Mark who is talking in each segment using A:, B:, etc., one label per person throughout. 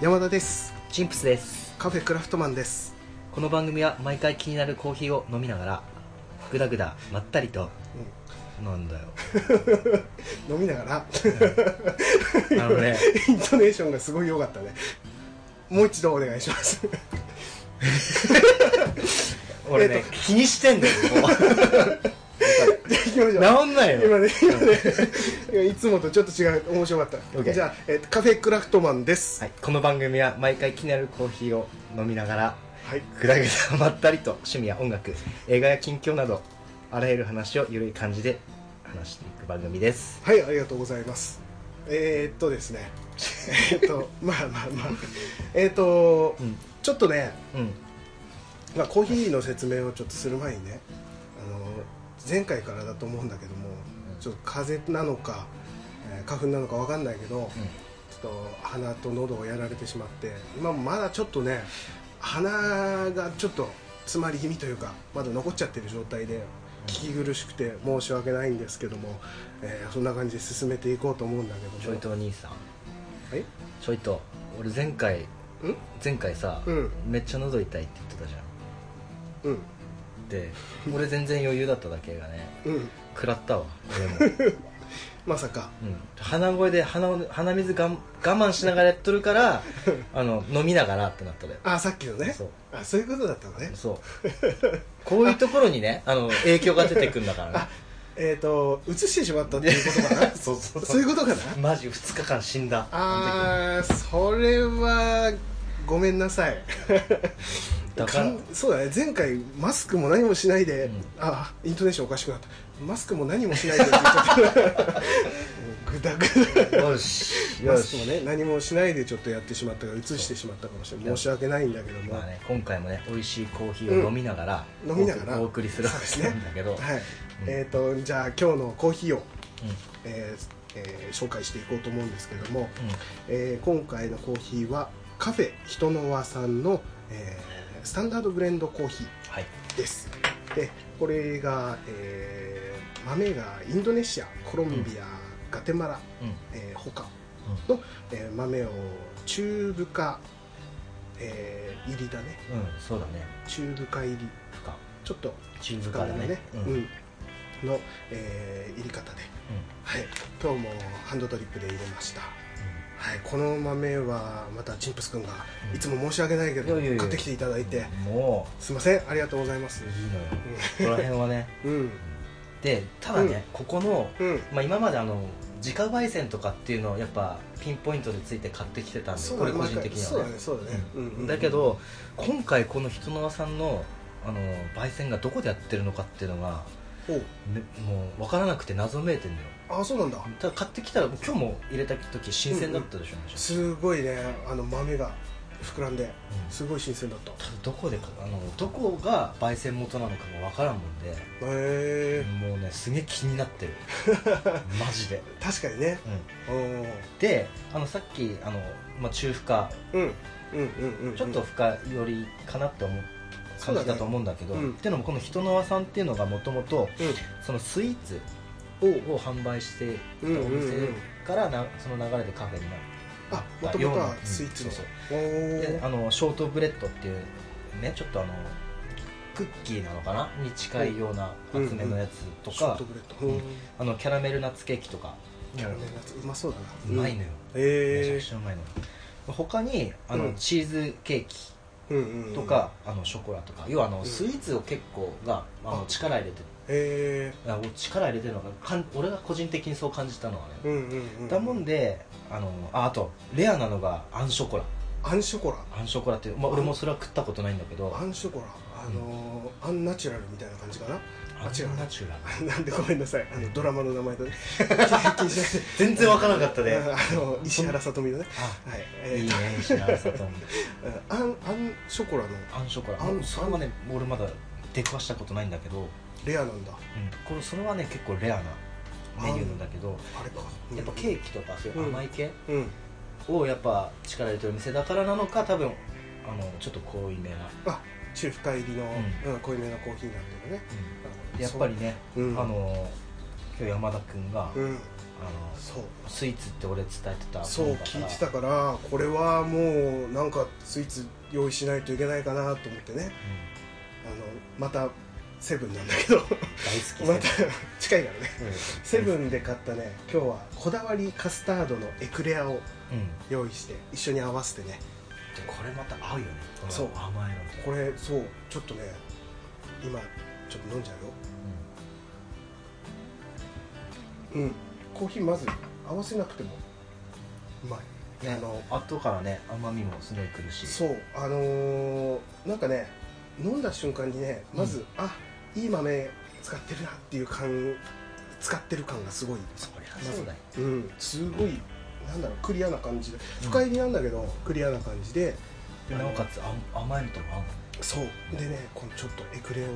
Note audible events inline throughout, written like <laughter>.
A: 山田です
B: チンプスです
A: カフェクラフトマンです
B: この番組は毎回気になるコーヒーを飲みながらグダグダまったりと、なんだよ
A: 飲みながら <laughs>
B: あのね
A: イントネーションがすごい良かったねもう一度お願いします <laughs>
B: 俺ね、
A: えっ
B: 気にしてんだよ
A: じゃあ行きましょう
B: もう治んない
A: 今
B: よ
A: ね今ね <laughs> 今いつもとちょっと違う面白かった、
B: OK
A: じゃあ、えっとカフェクラフトマンです
B: はい、この番組は毎回気になるコーヒーを飲みながら
A: はい
B: グダグダまったりと趣味や音楽映画や近況などあらゆる話をゆるい感じで話していく番組です
A: はい、ありがとうございます。えー、っとですね、えーっと、まあまあまあ、えーっと、
B: うん
A: ちょっとね、
B: うん
A: まあ、コーヒーの説明をちょっとする前にね、あの前回からだと思うんだけども、ちょっと風邪なのか、えー花粉なのかわかんないけど、ちょっと鼻と喉をやられてしまって、今もまだちょっとね、鼻がちょっと詰まり気味というか、まだ残っちゃってる状態で。聞き苦しくて申し訳ないんですけども、えーそんな感じで進めていこうと思うんだけども
B: ちょいとお兄さん
A: はい
B: ちょいと俺前回
A: ん
B: 前回さ、
A: うん
B: めっちゃ喉痛いって言ってたじゃん
A: うん
B: で俺全然余裕だっただけがね
A: うん
B: 食らったわ俺
A: <laughs>
B: も、
A: まさか
B: うん、鼻声で鼻を鼻水がん我慢しながらやっとるから
A: <laughs>
B: あの飲みながらってなっただよ
A: あさっきのね
B: そう
A: あそういうことだったのね
B: そうこういうところにねあの影響が出てくんだからね
A: あえっ、と映してしまったっていうことかな
B: <laughs> そうそうそう
A: そういうことかな
B: マジ2日間死んだ
A: あーそれはごめんなさい
B: だから
A: んそうだね前回マスクも何もしないで、
B: うん
A: あイントネーションおかしくなったマスクも何もしないでって言っちゃったも
B: <laughs>
A: うグダグダ
B: よし
A: マ
B: よ
A: スク
B: し、
A: もね何もしないでちょっとやってしまったから映してしまったかもしれない申し訳ないんだけども、
B: まあね、今回もね美味しいコーヒーを飲みながら、
A: 飲みながら
B: お送りするわ
A: そう
B: け
A: です
B: な
A: ね
B: んだけど、
A: はい、
B: うん
A: えっ、とじゃあ今日のコーヒーを、
B: うん
A: えーえー紹介していこうと思うんですけども、
B: うん
A: えー今回のコーヒーはカフェ人の輪さんの、えースタンダードブレンドコーヒ
B: はい
A: ーですでこれが、えー豆がインドネシアコロンビア、ガテマラ、
B: うん
A: えー、他
B: うん
A: の、えー豆を中部化、えー入りだね
B: うんそうだね
A: 中部化入り
B: 負荷
A: ちょっと
B: 中部
A: 深
B: 化
A: め
B: だ
A: の
B: ね
A: ね、
B: うん
A: う
B: うん
A: んの、えー入り方で、はい、今日もハンドドリップで入れました、はい、この豆はまたチンプスくんが
B: うん
A: いつも申し訳ないけど、
B: いやいやいや
A: 買ってきていただいて、
B: も
A: すいませんありがとうございます
B: ういいのよここら辺
A: <laughs>
B: はね
A: うん
B: でただね、ここの、
A: うん、
B: まあ、今まであの自家焙煎とかっていうのをやっぱピンポイントでついて買ってきてたんで
A: そう
B: こ
A: だ
B: れ
A: ね
B: 個人的に
A: そう
B: は
A: だ
B: ね
A: ねそうだね、うんうんうん
B: だけど今回この人の輪さんのあの焙煎がどこでやってるのかっていうのが、
A: おう
B: ねもう分からなくて謎めいてんだよ
A: あそうなんだ
B: ただ買ってきたら今日も入れた時新鮮だったでしょ、めちゃくち
A: すごいねあの豆が膨らんで
B: ゃうん
A: すごい新鮮だったへ
B: ただどこでかあのどこが焙煎元なのかも分からんもんで
A: え
B: もうねすげえ気に
A: <laughs>
B: なってるマジで、
A: 確かにね
B: うん
A: おー
B: であのさっきあの、まあ、中深
A: うんうんうんうんうん
B: ちょっと深寄りかなって思う感じだと思うんだけ
A: そ
B: ど
A: うだねうん
B: っていうのもこの人の輪さんっていうのがもともと
A: うん
B: そのスイーツ
A: おう
B: を販売していたお
A: うんうんうん
B: 店からなその流れでカフェになる
A: あもともとはスイーツの、
B: うんそう
A: おー
B: であのショートブレッドっていうねちょっとあのクッキーなのかなに近いような厚めのやつと
A: ショー
B: か
A: トブレッド、うん
B: うんあのキャラメルナッツケーキとか
A: キャラメルナッツうまそうだな
B: うまいのよめちゃ
A: へ
B: くちゃうまいのよ他にあ
A: う
B: の
A: ん
B: チーズケーキ
A: えうんうん
B: とか、あのショコラとか要はあ
A: う
B: の
A: ん
B: スイーツを結構が、あ
A: あ
B: の力入れてる
A: へ
B: あお力入れてるのがかん俺が個人的にそう感じたのはね、
A: えうんうんうん
B: だもんであのああとレアなのがアンショコラ
A: アンショコラ
B: アンショコラっていう、まあ、俺もそれは食ったことないんだけど
A: アンショコラあのーアンナチュラルみたいな感じかな <laughs>
B: アン
A: 違う
B: ナチュラル
A: なんでごめんなさいあのドラマの名前だ
B: <laughs>
A: ね気にし
B: 全然わからなかった
A: ないで
B: で
A: <laughs> あの石原さとみのね
B: あ
A: はい
B: いい
A: え
B: ね石原さとみ
A: ーとアンアンショコラの
B: アンショコラ
A: アン
B: それはね俺まだ出くわしたことないんだけど、うん、
A: レアなんだ
B: これそれはね結構レアなメニューなんだけど
A: あれか
B: やっぱケーキとかそういう甘い系
A: キうん
B: をやっぱ力入れてる店だからなのか多分あのちょっと濃いめな、
A: あ中深入りの、
B: う
A: うん、濃いめのコーヒーになってるね
B: でやっぱりね、
A: うん
B: あの今日山田君が、
A: うん
B: ああ
A: そう
B: のスイーツって俺伝えてた
A: そう
B: もんだか
A: 聞い
B: ら
A: てたからこれはもうなんかスイーツ用意しないといけないかなと思ってね
B: うん
A: あのまたセブンなんだけ <laughs> どま
B: 大好き
A: た
B: で
A: 近いからね
B: す
A: セブンで買ったね今日はこだわりカスタードのエクレアを
B: うん、うん、
A: 用意して一緒に合わせてね
B: でこれまた合うよねこの
A: そう
B: 甘いのと
A: これそうちょっとね今ちょっと飲んじゃうようんコーヒーまず合わせなくてもうまい、
B: ね
A: あの
B: 後からね甘みもすごいくるし
A: そうあのーなんかね飲んだ瞬間にねまず、あいい豆使ってるなっていう感使ってる感がすごい
B: そりゃそうだよ、
A: うんすごいなんだろうクリアな感じで深入りなんだけど、クリアな感じで
B: でなおかつあ甘いのとも合うのね
A: そうでねこのちょっとエクレアをね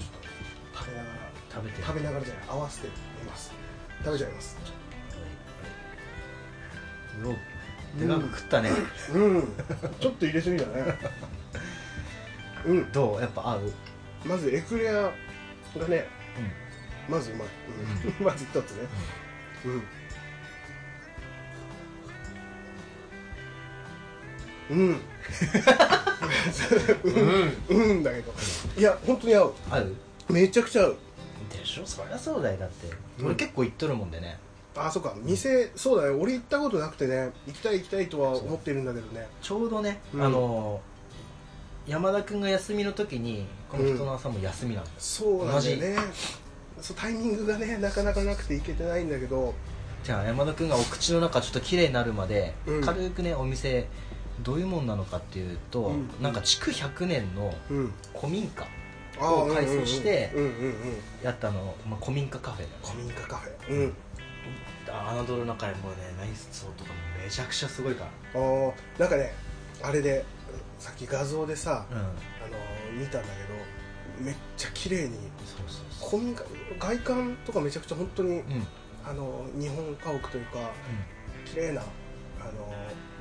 A: ちょっと食べながら
B: 食べて
A: 食べな
B: が
A: がらじゃない合わせて飲みます食べちゃいます
B: らでかく食ったね、
A: うんちょっと入れすぎだねうん
B: どうやっぱ合う、うん、
A: まずエクレアがねまずうまい、うん、まず一つねうんうんうんだけどいや本当に合う
B: 合う
A: めちゃくちゃ合う
B: でしょそりゃそうだよだって、
A: うん
B: 俺結構行っとるもんでね
A: あそっか店そうだね俺行ったことなくてね行きたい行きたいとは思ってるんだけどね
B: ちょうどね、
A: うん
B: あの山田君が休みの時にこの人の朝も休みなの、
A: そうなんだよねそうタイミングがねなかなかなくて行けてないんだけど
B: じゃあ山田君がお口の中ちょっと綺麗になるまで、
A: うん
B: 軽くねお店どういうもんなのかっていうと、
A: うん
B: なんか築100年の
A: うん
B: 古民家
A: あ
B: を改装して
A: うんうんうんうんうん
B: やったの、まあ、古民家カフェだよね
A: 古民家カフェうん
B: あ侮る中でもうね内装とかもめちゃくちゃすごいか
A: あーなんかねあれでさっき画像でさ、
B: らう
A: あ
B: ん
A: のー見たんだけどめっちゃ綺麗に
B: そうそうそう
A: 古民家外観とかめちゃくちゃ本当に、
B: うんうん
A: あのー日本家屋というか綺麗なあの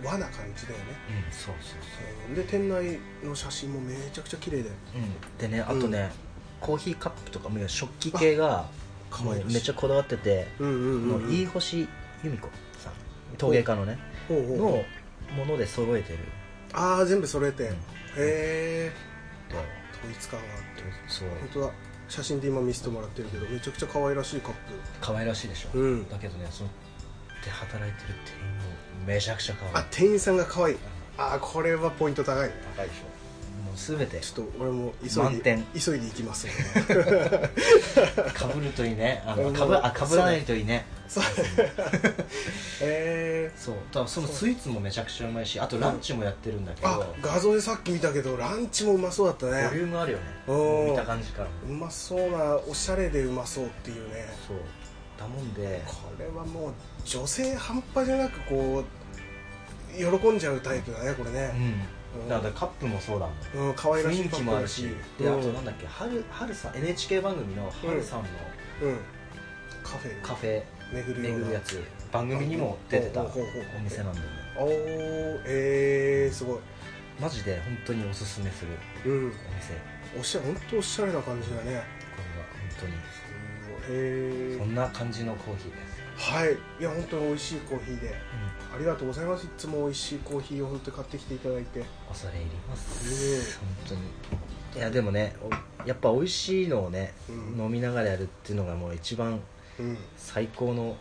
A: ー和な感じだよね、
B: うんそうそうそう
A: うんで店内の写真もめちゃくちゃ綺麗で
B: でねあとね、コーヒーカップとかもう食器系がもうめっちゃこだわってて、
A: うんうんうん、うん、
B: 飯星由美子さん陶芸家のね
A: ほうほうほう
B: のもので揃えてる
A: ああ全部揃えて、
B: うん
A: へえ
B: と
A: 統一感があって
B: そう
A: 本当だ写真で今見せてもらってるけどめちゃくちゃ可愛らしいカッ
B: 可愛らしいでしょ、
A: プうん
B: だけどねそので働いてる店員もめちゃくちゃ可愛
A: あ
B: い
A: 店員さんが可愛いああこれはポイント高いね
B: 高いでしょもう全て
A: ちょっと俺も急いで
B: 満点
A: 急いで行きます <laughs>
B: かぶるといいねあ
A: う
B: <laughs> の
A: ん
B: かぶあかぶらないといいね
A: そうえ
B: そうだからそのスイーツもめちゃくちゃうまいしあとランチもやってるんだけ
A: ー、
B: ど、
A: あ画像でさっき見たけどランチもうまそうだった
B: ボリ
A: ね
B: ュームあるよね
A: うん
B: 見た感じからも
A: うまそうなおしゃれでうまそうっていうね
B: そうだもんで
A: これはもう女性半端じゃなくこう喜んじゃうタイプだねこれね、
B: うんだからカップもそうだもん
A: うん、可愛らしい
B: 雰囲気もあるしであと
A: うん
B: なんだっけ春春さん NHK 番組の春さんの
A: うん、カフェに
B: カフェ
A: 巡るよう
B: 巡
A: な
B: るやつ番組にも出てた
A: ほ
B: お
A: うほうほうほう
B: 店なんだよね
A: おーえー、すごい、
B: マジで本当におすすめする
A: うん
B: お、店こ
A: おしゃ本当おしゃれな感じだね
B: れは本当に
A: へ
B: そんな感じのコーヒーです
A: はいいや本当に美味しいコーヒーでありがとうございますいつも美味しいコーヒーを本当に買ってきていただいて
B: 恐れ入ります本当にいやでもねおやっぱ美味しいのをね
A: うん
B: 飲みながらやるっていうのがもう一番
A: うん
B: 最高の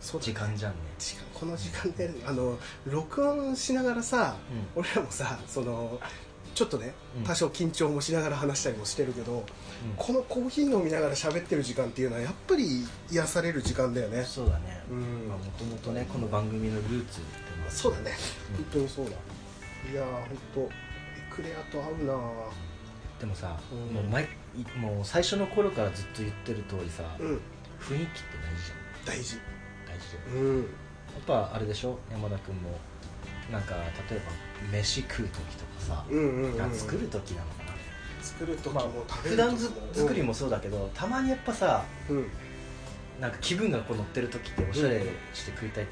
A: そうだ
B: 時間じゃんね
A: 時間この時間であの録音しながらさ
B: う
A: 俺らもさそのちょっとね
B: うん
A: 多少緊張もしながら話したりもしてるけど、
B: ん
A: このコーヒー飲みながら喋ってる時間っていうのはやっぱり癒される時間だよね
B: そうだね
A: うん
B: まあもともとねこの番組のルーツってのは
A: そうだね、
B: うん
A: 本当にそうだいやー本当エクレアと合うなぁ
B: でもさ、
A: うん
B: もう前いもう最初の頃からずっと言ってる通りさ、
A: うん
B: 雰囲気って大
A: 大
B: 事じ
A: 事
B: ゃん大事だよ
A: うん
B: やっぱあれでしょ山田君もなんか例えば飯食う時とかさ、
A: うんうん、うん、
B: あ作る時なのかな
A: 作るとき
B: まあ
A: も食べ
B: 普
A: る時
B: 段ず作りもそうだけどたまにやっぱさ
A: うん
B: なんか気分がこう乗ってる時っておしゃれして食いたい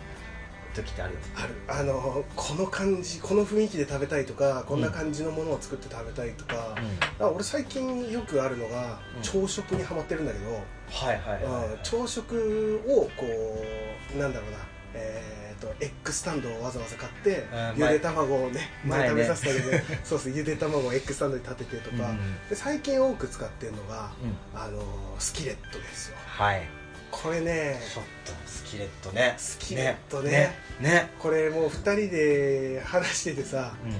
B: 時ってあるよね
A: あるあのこの感じこの雰囲気で食べたいとかこんな感じのものを作って食べたいとか、あ俺最近よくあるのが
B: うん
A: 朝食にハマってるんだけど、
B: はいはいはい
A: うん朝食をこうなんだろうなえーとエッグスタンドをわざわざ買って
B: あー
A: ゆで卵をね前
B: 前
A: 食
B: ね
A: べさせてあげて、 <laughs> そうそうゆで卵をエッグスタンドに立ててと
B: うん
A: か、で最近多く使ってるのが
B: うん
A: あのスキレットですよ
B: はい
A: これね
B: ちょっとスキレットね
A: スキレットね
B: ねね
A: これもう2人で話しててさ
B: ね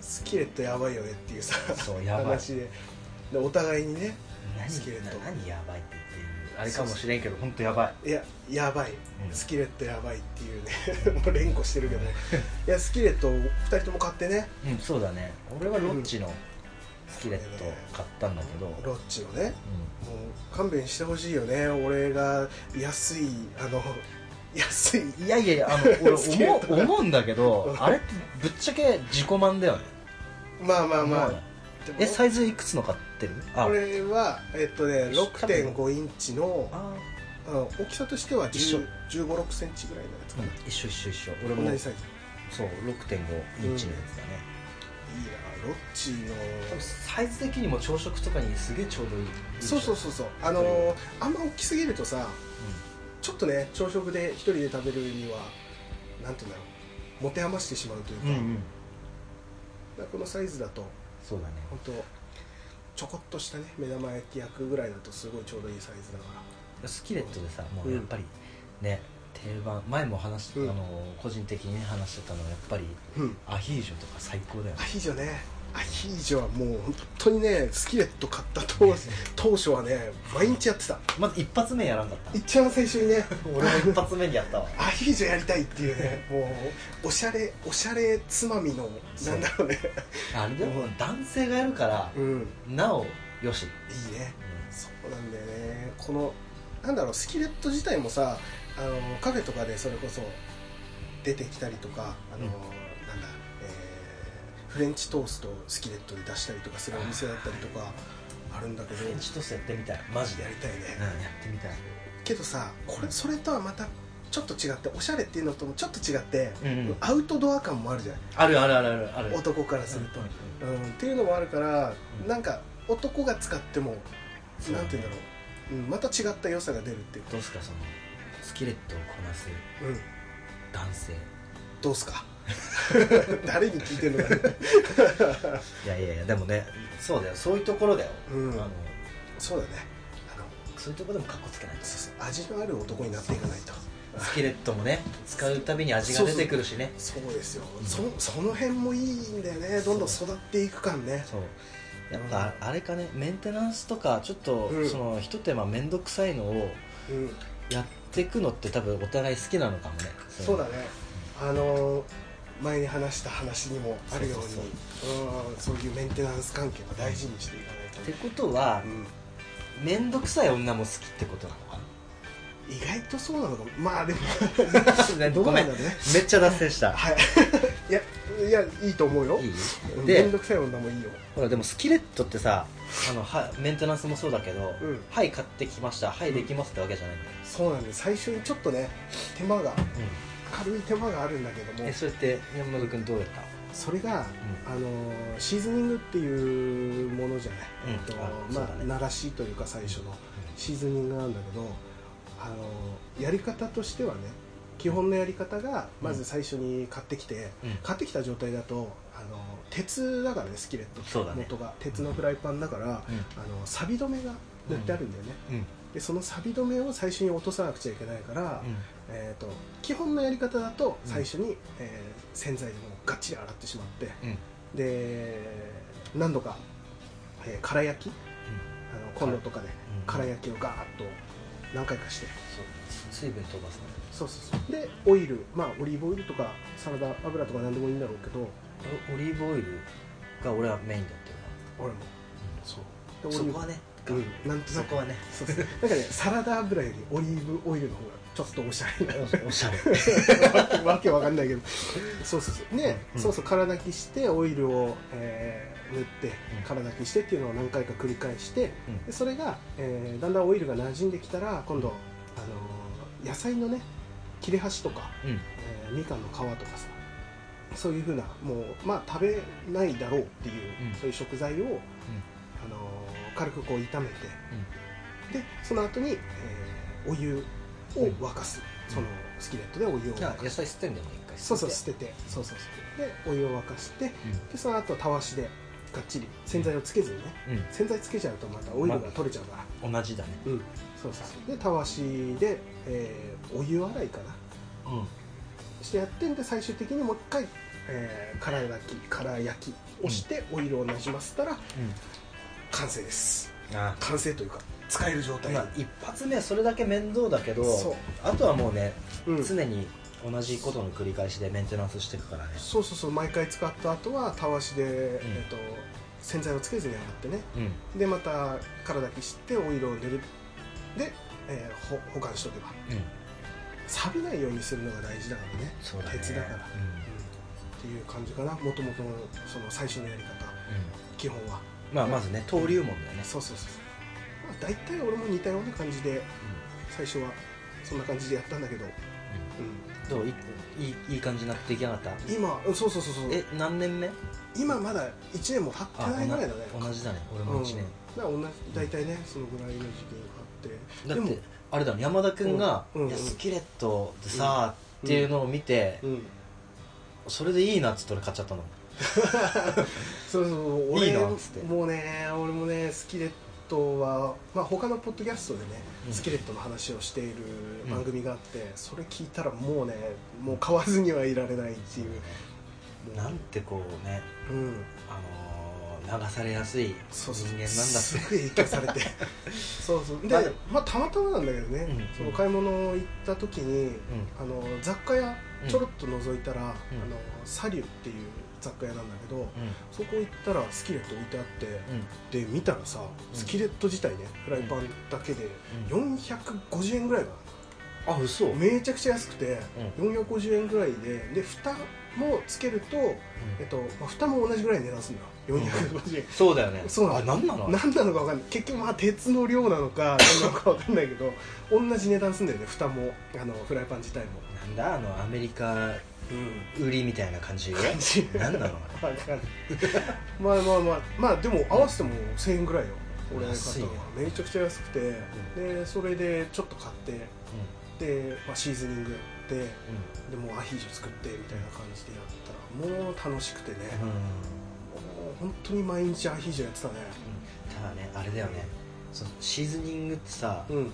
A: スキレットやばいよねっていうさ
B: そうやばい
A: 話ででお互いにね
B: 何
A: スキレット
B: 何やばいって言ってるあれかもしれんけど本当やばい
A: いややばい、
B: うん
A: スキレットやばいっていうね <laughs> もう連呼してるけ
B: <laughs>
A: どいやスキレットを2人とも買ってね
B: うんそうだね俺はロッチのスキレット
A: うん
B: 買ったんだけど、うん、
A: ロッチをねもう勘弁してほしいよね俺が安いあの <laughs> 安い
B: いやいやいや
A: <laughs>
B: あの俺
A: スキレ
B: 思
A: ット
B: う思うんだけどあれってぶっちゃけ自己満だよね
A: まあまあまあ、
B: 思わない
A: でも
B: えサイズいくつの買ってるあ
A: これはえっとね
B: 多分
A: 6.5インチの
B: あ
A: うん大きさとしては
B: 一緒
A: 1 5 6センチぐらいのやつ
B: ー、
A: か
B: うん
A: な、、
B: 一緒一緒一緒俺も
A: 同じサイズ
B: そう6.5インチのやつだ
A: い
B: ね、
A: いなロッチの
B: 多分サイズ的にも朝食とかにすげえちょうどいい
A: そうそう
B: そ
A: そうそうあのーあんま大きすぎるとさちょっとね朝食で一人で食べるにはなんていうんだろう持て余してしまうというか,、
B: うん、うんう
A: だか
B: ん
A: らこのサイズだと
B: そうだね
A: 本当ちょこっとしたね目玉焼き焼くぐらいだとすごいちょうどいいサイズだから
B: スキレットでさもうやっぱりね、定番前も話し、
A: うん
B: あの個人的にね話してたのはやっぱり
A: うん
B: アヒージョとか最高だよ
A: ア
B: ね
A: ヒージョねアヒージョはもう本当にねスキレット買った当当初はね毎日やってた
B: まず一発目やらんかった
A: 一番最初にね
B: 俺も一発目にやったわ
A: アヒージョやりたいっていうねもうおしゃれおしゃれつまみのなんだろうね
B: <laughs> あれでも男性がやるから
A: うん
B: なおよし、
A: いいねそうなんだよねこのなんだろうスキレット自体もさあのカフェとかでそれこそ出てきたりとかあの、
B: うん
A: なんだ、えーフレンチトーストをスキレットで出したりとかするお店だったりとかあるんだけど
B: フレンチトーストやってみたいマジで
A: やりたいね、
B: うん、やってみたい
A: けどさこれそれとはまたちょっと違っておしゃれっていうのともちょっと違って、
B: うんうん
A: アウトドア感もあるじゃない
B: あるあるあるあるある
A: 男からすると、
B: うん
A: うんっていうのもあるから、
B: うん
A: なんか男が使っても
B: そう
A: なんて言うんだろう、うん、また違った良さが出るっていうか
B: どうすかそのスキレットをこなす
A: うん
B: 男性
A: どうすか <laughs> 誰に聞いてんのかね、
B: いやいやいやでもねそうだよそういうところだよ、
A: うん
B: あの
A: そうだねあの
B: そういうところでもかっこつけないと
A: そうそう味のある男になっていかないと
B: スキレットもね使うたびに味が出てくるしね
A: そうですよ、
B: うん
A: そその辺もいいんだよねどんどん育っていく感ね
B: そうやっぱあれかねメンテナンスとかちょっと
A: うん
B: その一手間面倒くさいのを
A: うん
B: やっていくのって多分お互い好きなのかもね
A: そうだねあのー前に話した話にもあるように
B: そう
A: うんそういうメンテナンス関係は大事にしていかないと
B: ってことは
A: うん
B: 面倒くさい女も好きってことなのか
A: 意外とそうなのかもま <laughs> あでも
B: な
A: どう
B: ご
A: な
B: め
A: ん
B: ん
A: だ
B: め
A: ろうね
B: っちゃ脱線した
A: はいいやいやいいと思うよ
B: いい
A: うんめ
B: で
A: んどくさい女もいいよ
B: ほらでもスキレットってさあのはメンテナンスもそうだけど、
A: うん
B: はい買ってきましたはいできますってわけじゃないんだよ、
A: そうなんで最初にちょっとね手間が軽い手間があるんだけども
B: えそれって山本君どうだった
A: それが、あのーシーズニングっていうものじゃない、
B: うん
A: えっと
B: あそう
A: ま
B: だ
A: あ
B: ね
A: 鳴らしというか最初のシーズニングなんだけど、あのーやり方としてはね基本のやり方がまず最初に買ってきて、
B: うん
A: 買ってきた状態だと、あのー鉄だからねスキレット
B: そうだね
A: 元が、鉄のフライパンだから、あの錆止めが塗ってあるんだよね、
B: うんうん
A: でその錆止めを最初に落とさなくちゃいけないから、えー、と基本のやり方だと
B: うん
A: 最初に、えー洗剤でもうがっちり洗ってしまって
B: うんうん
A: で何度か、えー、空焼きあのコンロとかで
B: うん
A: 空焼きをガーッと何回かして
B: そう水分飛ばすね
A: そうそうそうでオイルまあオリーブオイルとかサラダ油とか何でもいいんだろうけど
B: オリーブオイルが俺はメインだってる
A: 俺もそうでオリー
B: そこはね、
A: ブうんなんと
B: そ
A: なく
B: こはね
A: そうそうなんかねサラダ油よりオリーブオイルの方がちょっとおしゃれな
B: <laughs> おしゃれ
A: わけわ <laughs> かんないけどそうそうそうね、
B: うん
A: そうそう空炊きしてオイルを、えー塗って
B: うん
A: 空炊きしてっていうのを何回か繰り返して
B: うん
A: でそれが、えーだんだんオイルが馴染んできたら今度、あのー野菜のね切れ端とか、
B: うん
A: えーみかんの皮とかさそういうふうなもうまあ食べないだろうっていう、
B: うん
A: そういう食材を、あのー軽くこう炒めて、でその後に、えーお湯を沸かす、
B: うん
A: そのスキレットでお湯を
C: じゃ
A: 沸
C: あ
A: か
C: 野
A: す、
C: 菜捨てんだよね一回
A: そうそう
C: 捨て
A: 捨ててそうそうそうでお湯を沸かしてでその後たわしでがっちり洗剤をつけずにね
B: う
A: 洗剤つけちゃうとまたオイルが取れちゃうから、
B: ん、同じだね
A: うんそうそうでたわしで、えーお湯洗いかな
B: うん
A: してやってんで最終的にもう一回、えー、空焼き空焼きをしてオイルをなじませたら完成です
B: あ
A: 完成というか使える状態
B: 今一発目はそれだけ面倒だけど
A: そう
B: あとはもうね、
A: うん
B: 常に同じことの繰り返しでメンテナンスしていくからね
A: そうそうそう毎回使った後はたわしで、えっと洗剤をつけずに洗ってね
B: うん
A: でまた体きしてオイルを塗るで、えーほ保管しておけば
B: うん
A: 錆びないようにするのが大事だからね
B: そうだね
A: 鉄だから、うん、っ
B: う
A: ていう感じかなもともとのその最初のやり方
B: んうん
A: 基本は
B: まあまずね登竜門だよね
A: そうそうそうそう、まあ、大体俺も似たような感じで最初はそんな感じでやったんだけど、う
B: どういいいいい感じになってきやがった
A: ん、今うんそうそうそうそう
B: え何年目
A: 今まだ1年も経ってないぐらいだね
B: 同同じだね俺
A: う
B: も
A: ん
B: 1年、
A: だから同じ大体ねそのぐらいの時期にあって
B: だっ
A: でも
B: てあれだね山田君が「
A: うんうん
B: いやスキレットでさ」っていうのを見て、
A: うん
B: それでいいなっつって俺買っちゃったの
A: そうそう俺
B: いいなっつって
A: もうね俺もねスキレットは、まあ、他のポッドキャストでね、
B: うん
A: スキレットの話をしている番組があって、それ聞いたらもうねもう買わずにはいられないっていう
B: なんてこうね、
A: うん
B: あのー流されやすい人
A: そうそう
B: 間なんだって
A: すぐ影響されてそうそうで
B: まあでも
A: まあたまたまなんだけどね、
B: うん
A: その買い物行った時に、
B: うん
A: あの雑貨屋
B: うん
A: ちょろっと覗いたら、あの
B: うん
A: サリュっていう雑貨屋なんだけど、
B: う
A: そこ行ったらスキレット置いてあって、
B: んうん
A: で見たらさスキレット自体ね、フライパンだけで450円ぐらいか
B: あ嘘
A: なめちゃくちゃ安くて、450円ぐらいでで蓋もつけると、えっとまあ、蓋も同じぐらいの値段するのよ450円、
B: そうだよね
A: そうなの
B: あ何なの
A: 何なのか分かんない結局まあ鉄の量なのか何なのか分かんないけど同じ値段すんだよね蓋もあのフライパン自体も
B: なんだあのアメリカ
A: うん
B: 売りみたいな感じ
A: 感じ
B: 何
A: <laughs>
B: なの
A: 分かんないまあまあまあまあでも合わせても1000円ぐらいよ俺が買ったのはめちゃくちゃ安くて、でそれでちょっと買ってで、まあ、シーズニングやって
B: う
A: でもうアヒージョ作ってみたいな感じでやったらもう楽しくてね、
B: ん、うん
A: もう本当に毎日アヒージョやってたね
B: ただねあれだよねそのシーズニングってさ、
A: うん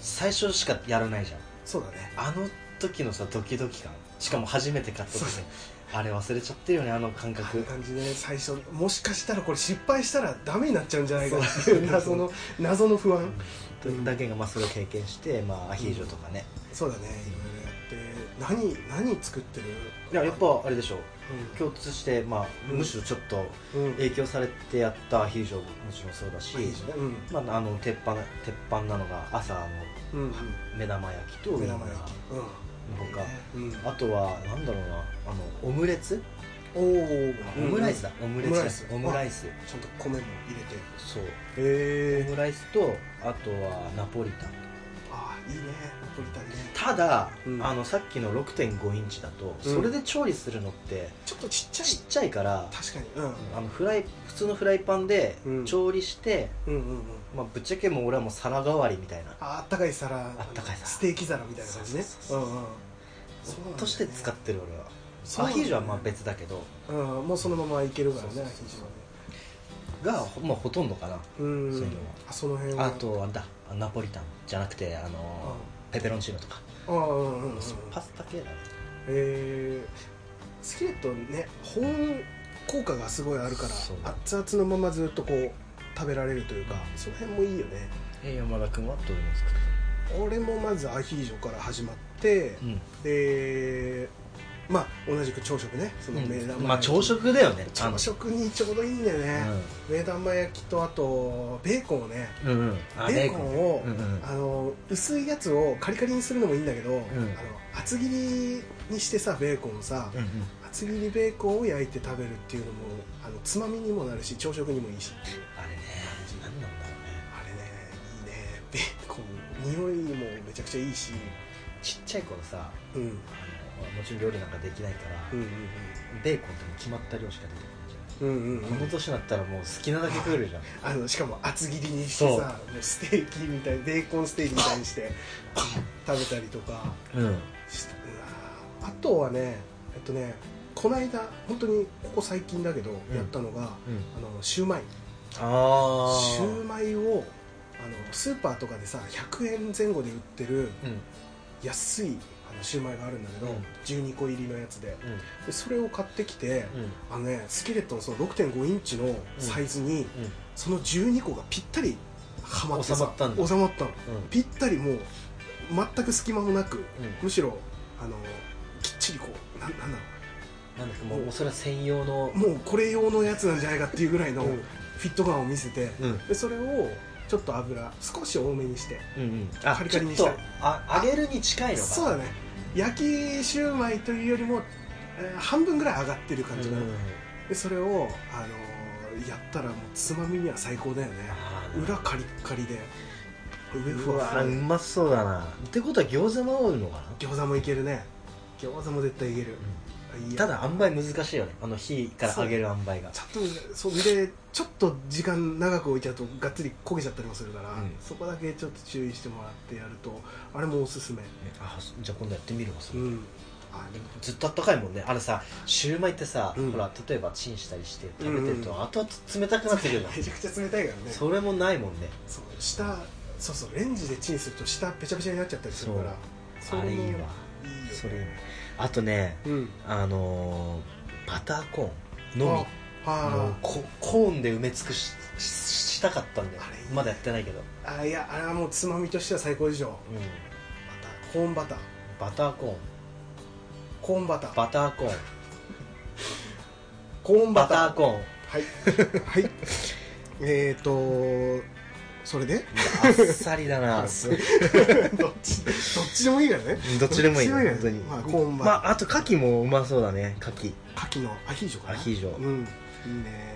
B: 最初しかやらないじゃん
A: そうだね
B: あの時のさドキドキ感しかも初めて買った時
A: そう
B: あれ忘れちゃってるよねあの感
A: あ
B: 覚
A: の感じね最初もしかしたらこれ失敗したらダメになっちゃうんじゃないかっていう謎の謎の不安
B: うんだけがまあそれを経験して、まあ、アヒージョとかね、
A: そうだねいろいろやって何何作ってる
B: いややっぱあれでしょ
A: う
B: 共通して、まあ、
A: うん
B: むしろちょっと
A: ん、うん、
B: 影響されてやったアヒージョももちろんそうだし、
A: いいじゃんうん
B: まあ、あの鉄板鉄板なのが朝の
A: うん
B: 目玉焼きと
A: 目
B: ウインナー
A: 玉焼き
B: とか、
A: うん、うん、
B: あとはなんだろうなあのオムレツ
A: おお
B: オムライスだ、オムレツです
A: オ
B: オ
A: ム
B: ム
A: ラ
B: ラ
A: イ
B: イス
A: ちゃんと米も入れて
B: そうオ
A: へえ
B: ムライスとあとはナポリタン
A: ああいいねナポリタンね
B: ただ、
A: うん
B: あのさっきの6.5インチだと、
A: うん
B: それで調理するのって
A: ちょっとちっちゃい
B: ちっちゃいから
A: 確かにうん
B: あのフライ普通のフライパンで
A: うん
B: 調理して、
A: うんうんうん
B: まあ、ぶっちゃけもう俺はもう皿代わりみたいな
A: ああったかい皿あ
B: ったかい皿
A: ステーキ皿みたいな感じね
B: そう
A: う
B: そ
A: ん
B: う
A: う
B: そ
A: んそうなんだよね
B: として使ってる俺は
A: そう
B: ア
A: なんだ
B: ヒ
A: よね
B: ージョはまあ別だけど
A: うんもうそのままいけるからね
B: そう
A: ア
B: そう
A: ヒージョはね
B: がほ,、まあ、ほとんどかな、
A: うん
B: そういうのは
A: あその辺は
B: あとあれだナポリタンじゃなくてあのペペロンチーノとか、
A: ああうんうんうん
B: パスタ系だね
A: えースキレットね保温効果がすごいあるから
B: そう
A: 熱々のままずっとこう食べられるというかその辺もいいよね
B: え山田君はどういうの作って
A: 俺もまずアヒージョから始まって、
B: るうん
A: でまあ同じく朝食ねその目玉焼き、
B: まあ朝食だよねあの
A: 朝食にちょうどいいんだよね、目玉焼きとあとベーコンをね
B: うんうんうんあ
A: ベーコンを
B: うんうん
A: あの薄いやつをカリカリにするのもいいんだけど、あの厚切りにしてさベーコンをさ、
B: うんうん
A: 厚切りベーコンを焼いて食べるっていうのもあのつまみにもなるし朝食にもいいしっていう
B: あれね何なんだろうね
A: あれねいいねベーコン匂いもめちゃくちゃいいし
B: ちっちゃい頃さ
A: うんうん
B: あのもちろん料理なんかできないから、
A: うん
B: ベーコンってもう決まった量しか出てこないじゃん
A: うんうんうん
B: この年になったらもう好きなだけ食えるじゃん
A: あのしかも厚切りにしてさもうステーキみたいベーコンステーキみたいにして
B: <laughs>
A: 食べたりとか
B: うん
A: してうわーあとはねえっとねこの間本当にここ最近だけど
B: うん
A: やったのが、
B: うん
A: あのシューマイ
B: ああ
A: シューマイをあのスーパーとかでさ100円前後で売ってる
B: うん
A: 安いあのシューマイがあるんだけど、
B: うん
A: 12個入りのやつで
B: うん
A: でそれを買ってきて、
B: うん
A: あのね、スキレットのその6.5インチのサイズに、その12個がぴったりはまってさ
B: 収まったんだ
A: 収まったの
B: うん
A: ぴったりもう全く隙間もなく
B: うん
A: むしろあのきっちりこうなんなんだ
B: なんだっけもうもうそれは専用の
A: ろうもうこれ用のやつなんじゃないかっていうぐらいの
B: う
A: フ
B: ん
A: ィット感を見せて、
B: うん
A: でそれをちょっと油少し多めにして
B: うんうんあ
A: カリカリに
B: ち
A: し
B: ょ
A: た
B: っとあ揚げるに近いのか
A: そうだね焼きシューマイというよりも、えー半分ぐらい上がってる感じなの、でそれを、あのーやったらもうつまみには最高だよね裏カリッカリで上ふ
B: う
A: わ
B: わ
A: ふわ
B: う
A: で
B: まそうだなってことは餃子も合うのかな、
A: 餃子もいけるね餃子も絶対いける、いいや
B: ただ塩梅難しいよねあの火から揚げる塩梅が
A: ちゃんとそうでちょっと時間長く置いちゃうとがっつり焦げちゃったりもするから、
B: うん
A: そこだけちょっと注意してもらってやるとあれもおすすめ
B: あじゃあ今度やってみるわそれ
A: うんあでも
B: ずっとあったかいもんねあれさシューマイってさ、
A: うん
B: ほら例えばチンしたりして食べてると、
A: うんう
B: 後々冷たくなってくるの
A: めちゃくちゃ冷たいからね
B: それもないもんね
A: そう下そうそうレンジでチンすると下ペチャペチャになっちゃったりするから
B: あれいいわ
A: もいいよ
B: それいいねあとね
A: うん
B: あのーバターコーンのみもう
A: あ
B: ココーンで埋め尽くしししたかったんだよ
A: あれいい
B: まだやってないけど、
A: ああいやあれはもうつまみとしては最高でしょ
B: うん、
A: バターコーンバター
B: バターコーン
A: コーンバター
B: バターコーン
A: コーン
B: バ
A: バ
B: タ
A: ター
B: ーコーン
A: はいはいえーとそれで
B: あっさりだ
A: <laughs>
B: な
A: どっちどっちでもいいからね
B: どっちでもいい
A: どっち
B: ね
A: で
B: 本当に
A: まあコーンバ
B: ま
A: ター
B: ああと牡蠣もうまそうだね牡蠣
A: 牡蠣のアヒージョかな
B: アヒージョ
A: うんいいね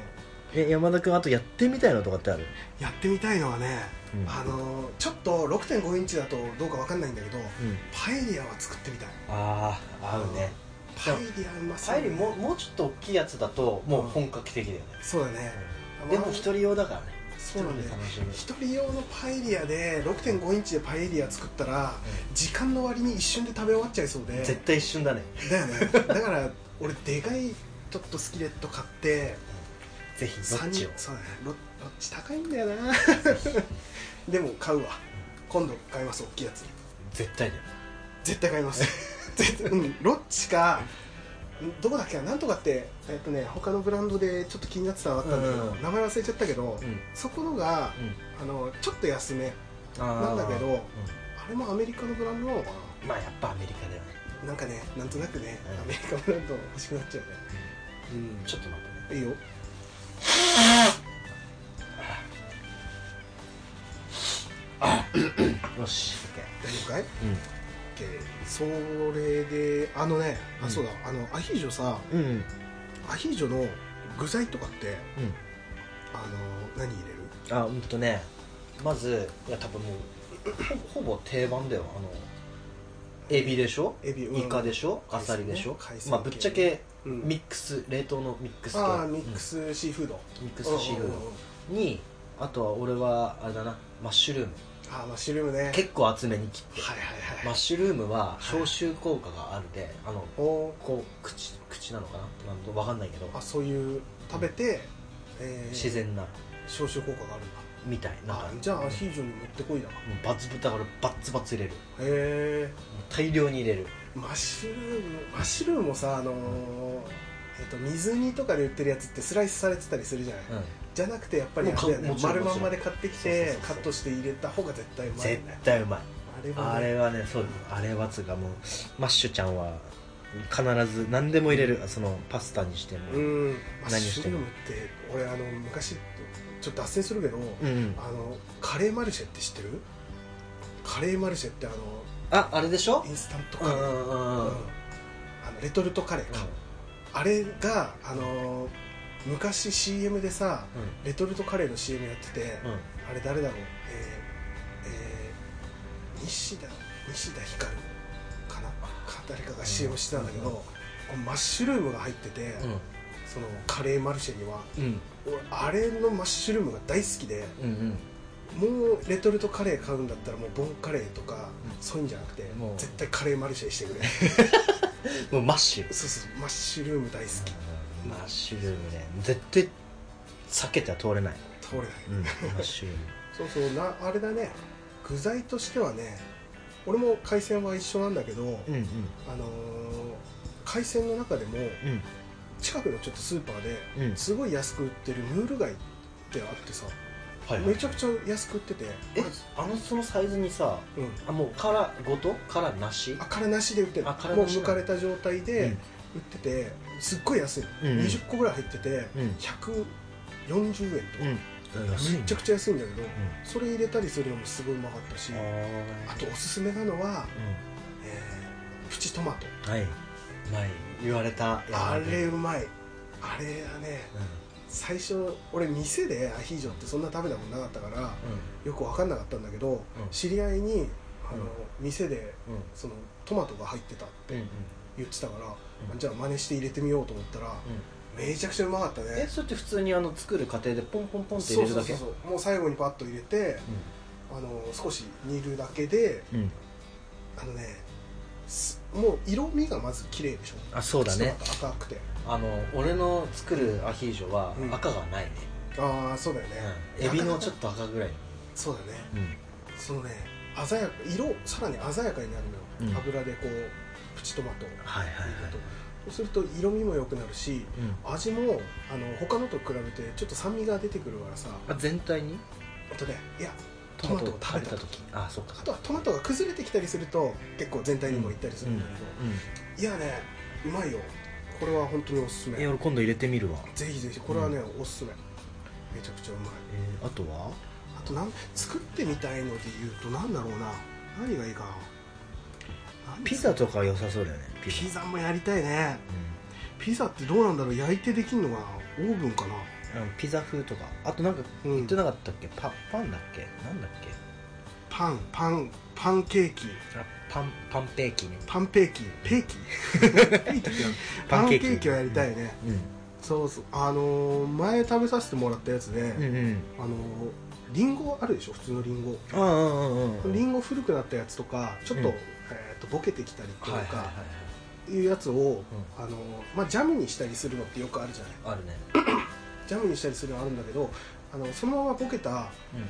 B: え山田君あとやってみたいのとかってある
A: やってみたいのはね、
B: うん
A: あのちょっと6.5インチだとどうかわかんないんだけど、
B: うん
A: パエリアは作ってみたい
B: ああ合うね
A: パエリアうまそう
B: パエリももうちょっと大きいやつだともう
A: うん
B: 本格的だよね、
A: そうだね、
B: でも一人用だからね
A: そうなんだよ
B: 一人で楽し
A: 一人用のパエリアで6.5インチでパエリア作ったら、時間の割に一瞬で食べ終わっちゃいそう
B: む
A: で
B: 絶対一瞬だね
A: だよねだから俺でかいちょっとスキレット買って
B: ぜひどっちを
A: 三人そうだねロロッチ高いんだよ
B: <laughs>
A: なでも買うわ今度買います大きいやつ
B: 絶対だよ
A: 絶対買います絶対うんロッチかんどこだっけななんとかってえっとね他のブランドでちょっと気になってたのあったんだけど、
B: うん
A: 名前忘れちゃったけど、
B: うん
A: そこのが、あのちょっと安め
B: な
A: なんだけどあれもアメリカのブランドなのか
B: まあやっぱアメリカだよね
A: ななんかねなんとなくね、
B: うん
A: アメリカブランド欲しくなっちゃうねうん
B: ちょっと待ってね
A: いいよ
B: よし
A: 大丈夫かい
B: OK うん
A: それであのねあ、
B: うん
A: そうだあのアヒージョさ
B: うんうん
A: アヒージョの具材とかってあの何入れる
B: あうんとねまずいや多分もうほほぼ定番だよあのエビでしょ
A: エビ
B: イカで
A: し
B: しょア
A: 海
B: サ
A: 鮮ね
B: リでしょ
A: 海鮮系
B: まあぶっちゃけ
A: うん
B: ミックス冷凍のミックス系
A: ああミックスシーフード
B: うんミックスシーフー
A: うんうんうん
B: ドにあとは俺はあれだなマッシュルーム
A: ああマッシュルームね
B: 結構厚めに切って
A: はいはいはい、
B: マッシュルームは消臭効果があるであの
A: お
B: こう口口なのかななんとわかんないけど
A: あそういう食べて、えー
B: 自然な
A: 消臭効果があるんだ
B: みたいなんか
A: あじゃあ
B: も
A: ア
B: う
A: ヒージョに持ってこいだへ
B: バツブタからバッツバツ入れる
A: え
B: 大量に入れる
A: マッシュルームマッシュルームもさあのーえっと水煮とかで売ってるやつってスライスされてたりするじゃない、
B: うん
A: じゃなくてやっぱり
B: もう
A: あ
B: か
A: れだよね
B: もちろん
A: 丸まんまで買ってき
B: そう
A: て
B: そうそう
A: カ
B: そう
A: ットして入れた方が絶対うまいよ
B: 絶
A: ね
B: 対うまい
A: あれは
B: あ
A: ね
B: れはねそうあれはつうかもうマッシュちゃんは必ず何でも入れるそのパスタにしても
A: う
B: うん
A: マッ
B: 何し
A: シュ
B: てん
A: ル
B: の
A: ームって俺あの昔ちょっと脱線するけど、
B: うん
A: あのカレーマルシェって知ってるカレーマルシェってあの
B: ああれでしょ
A: インスタント
B: う
A: カ
B: ん
A: レ
B: う
A: ー、
B: んうん
A: う
B: うん
A: んあのレトルトカレーか、あれが、あのー昔 CM でさレトルトカレーの CM やってて、
B: うん
A: あれ誰だろうえーえー西田西田ひかる誰かが使用してたんだけど、こうマッシュルームが入ってて、そのカレーマルシェには
B: うん
A: 俺あれのマッシュルームが大好きで
B: うん
A: もうレトルトカレー買うんだったらもうボンカレーとか、
B: うん
A: そういうんじゃなくて
B: もう
A: 絶対カレーマルシェに
B: <laughs>
A: してくれ
B: うんもうマッシュ
A: そうそうマッシュルーム大好き
B: うんマッシュルームね絶対避けては通れない、
A: 倒れない
B: うん、マッシュルーム
A: そうそうなあれだね具材としてはね俺も海鮮は一緒なんだけど、
B: うんうん
A: あのー海鮮の中でも近くのちょっとスーパーで
B: うんうん
A: すごい安く売ってるムール貝ってあってさ、
B: はいはい
A: めちゃくちゃ安く売ってて
B: えあのそのサイズにさ
A: うん
B: あもう殻ごと殻なし
A: あからなしで売ってる
B: あから
A: もう
B: なしなん
A: 剥
B: だ
A: かれた状態
B: う
A: で
B: ん
A: 売ってて、すっごい安いの、
B: うんうん
A: 20個ぐらい入ってて
B: うん
A: 140円とか、
B: うん
A: めっちゃくちゃ安いんだけど、
B: うん
A: それ入れたりするのもすごいうまかったし
B: あ
A: あとおすすめなのは、
B: う
A: えープチトマト
B: んはい前言われた
A: あれ
B: うん
A: うまいあれはね最初俺店でアヒージョってそんな食べたことなかったからよく分かんなかったんだけど、知り合いにあの、
B: うん
A: 店で
B: うんうん
A: そのトマトが入ってた
B: うんうん
A: 言ってたから、
B: うん
A: じゃあ真似して入れてみようと思ったら、めちゃくちゃうまかった
B: え
A: ね
B: それって普通にあの作る過程でポンポンポンって
A: そう
B: 入れる
A: そう
B: だ
A: そ
B: け
A: うそうもう最後にパッと入れてあの少し煮るだけで
B: うんうん
A: あのねすもう色味がまず綺麗でしょ
B: あそうだね
A: ちょっと赤くて
B: あの俺の作るアヒージョは
A: うん
B: 赤がないね
A: ああそうだよね、
B: エビのちょっと赤ぐらい
A: そうだね
B: うん
A: そのね鮮やか色さらに鮮やかになるのよ、
B: うん
A: 油でこうプチトマトを入れる
B: はいはいはい
A: とそうすると色味も良くなるし
B: うん
A: 味もあの他のと比べてちょっと酸味が出てくるからさ
B: あ全体に
A: あとねいやトマトを食べた時
B: あそっか
A: あとはトマトが崩れてきたりすると結構全体にもいったりするんだけど、
B: う
A: いやねうまいよこれは本当におすすめ
B: んえ俺今度入れてみるわ
A: ぜひぜひこれはね、おすすめめちゃくちゃうまい
B: えーあとは
A: あとなん作ってみたいので言うとなんだろうな何がいいかな何
B: ピザとか良さそうだよねピ
A: ピ
B: ザ
A: ザもやりたいね
B: うん
A: ピザってどうなんだろう焼いてできるのかなオーブンかな
B: うんピザ風とかあとなんか
A: うん
B: 言ってなかったっけ、パパンだっけなんだっけ
A: パンパンパンケーキ
B: あパンパンペーキね
A: パンペーキペーキ
B: <laughs>
A: ペーキってパ
B: パ
A: ン
B: ン
A: ケ
B: ケ
A: ー
B: ー
A: キ
B: キ
A: はやりたいね、
B: う
A: そうそうあのー前食べさせてもらったやつで、
B: んうんうん
A: あのーリンゴあるでしょ普通のリンゴ
B: ああうんうんうん
A: リンゴ古くなったやつとかちょっと,、
B: うん
A: えー、とボケてきたりというか、
B: はい
A: い
B: はいはいはい
A: いうやつを、あのまあ、ジャムにしたりするのってよくあるじゃない
B: あるね
A: ジャムにしたりするのあるんだけどあのそのままボケた、
B: うんうん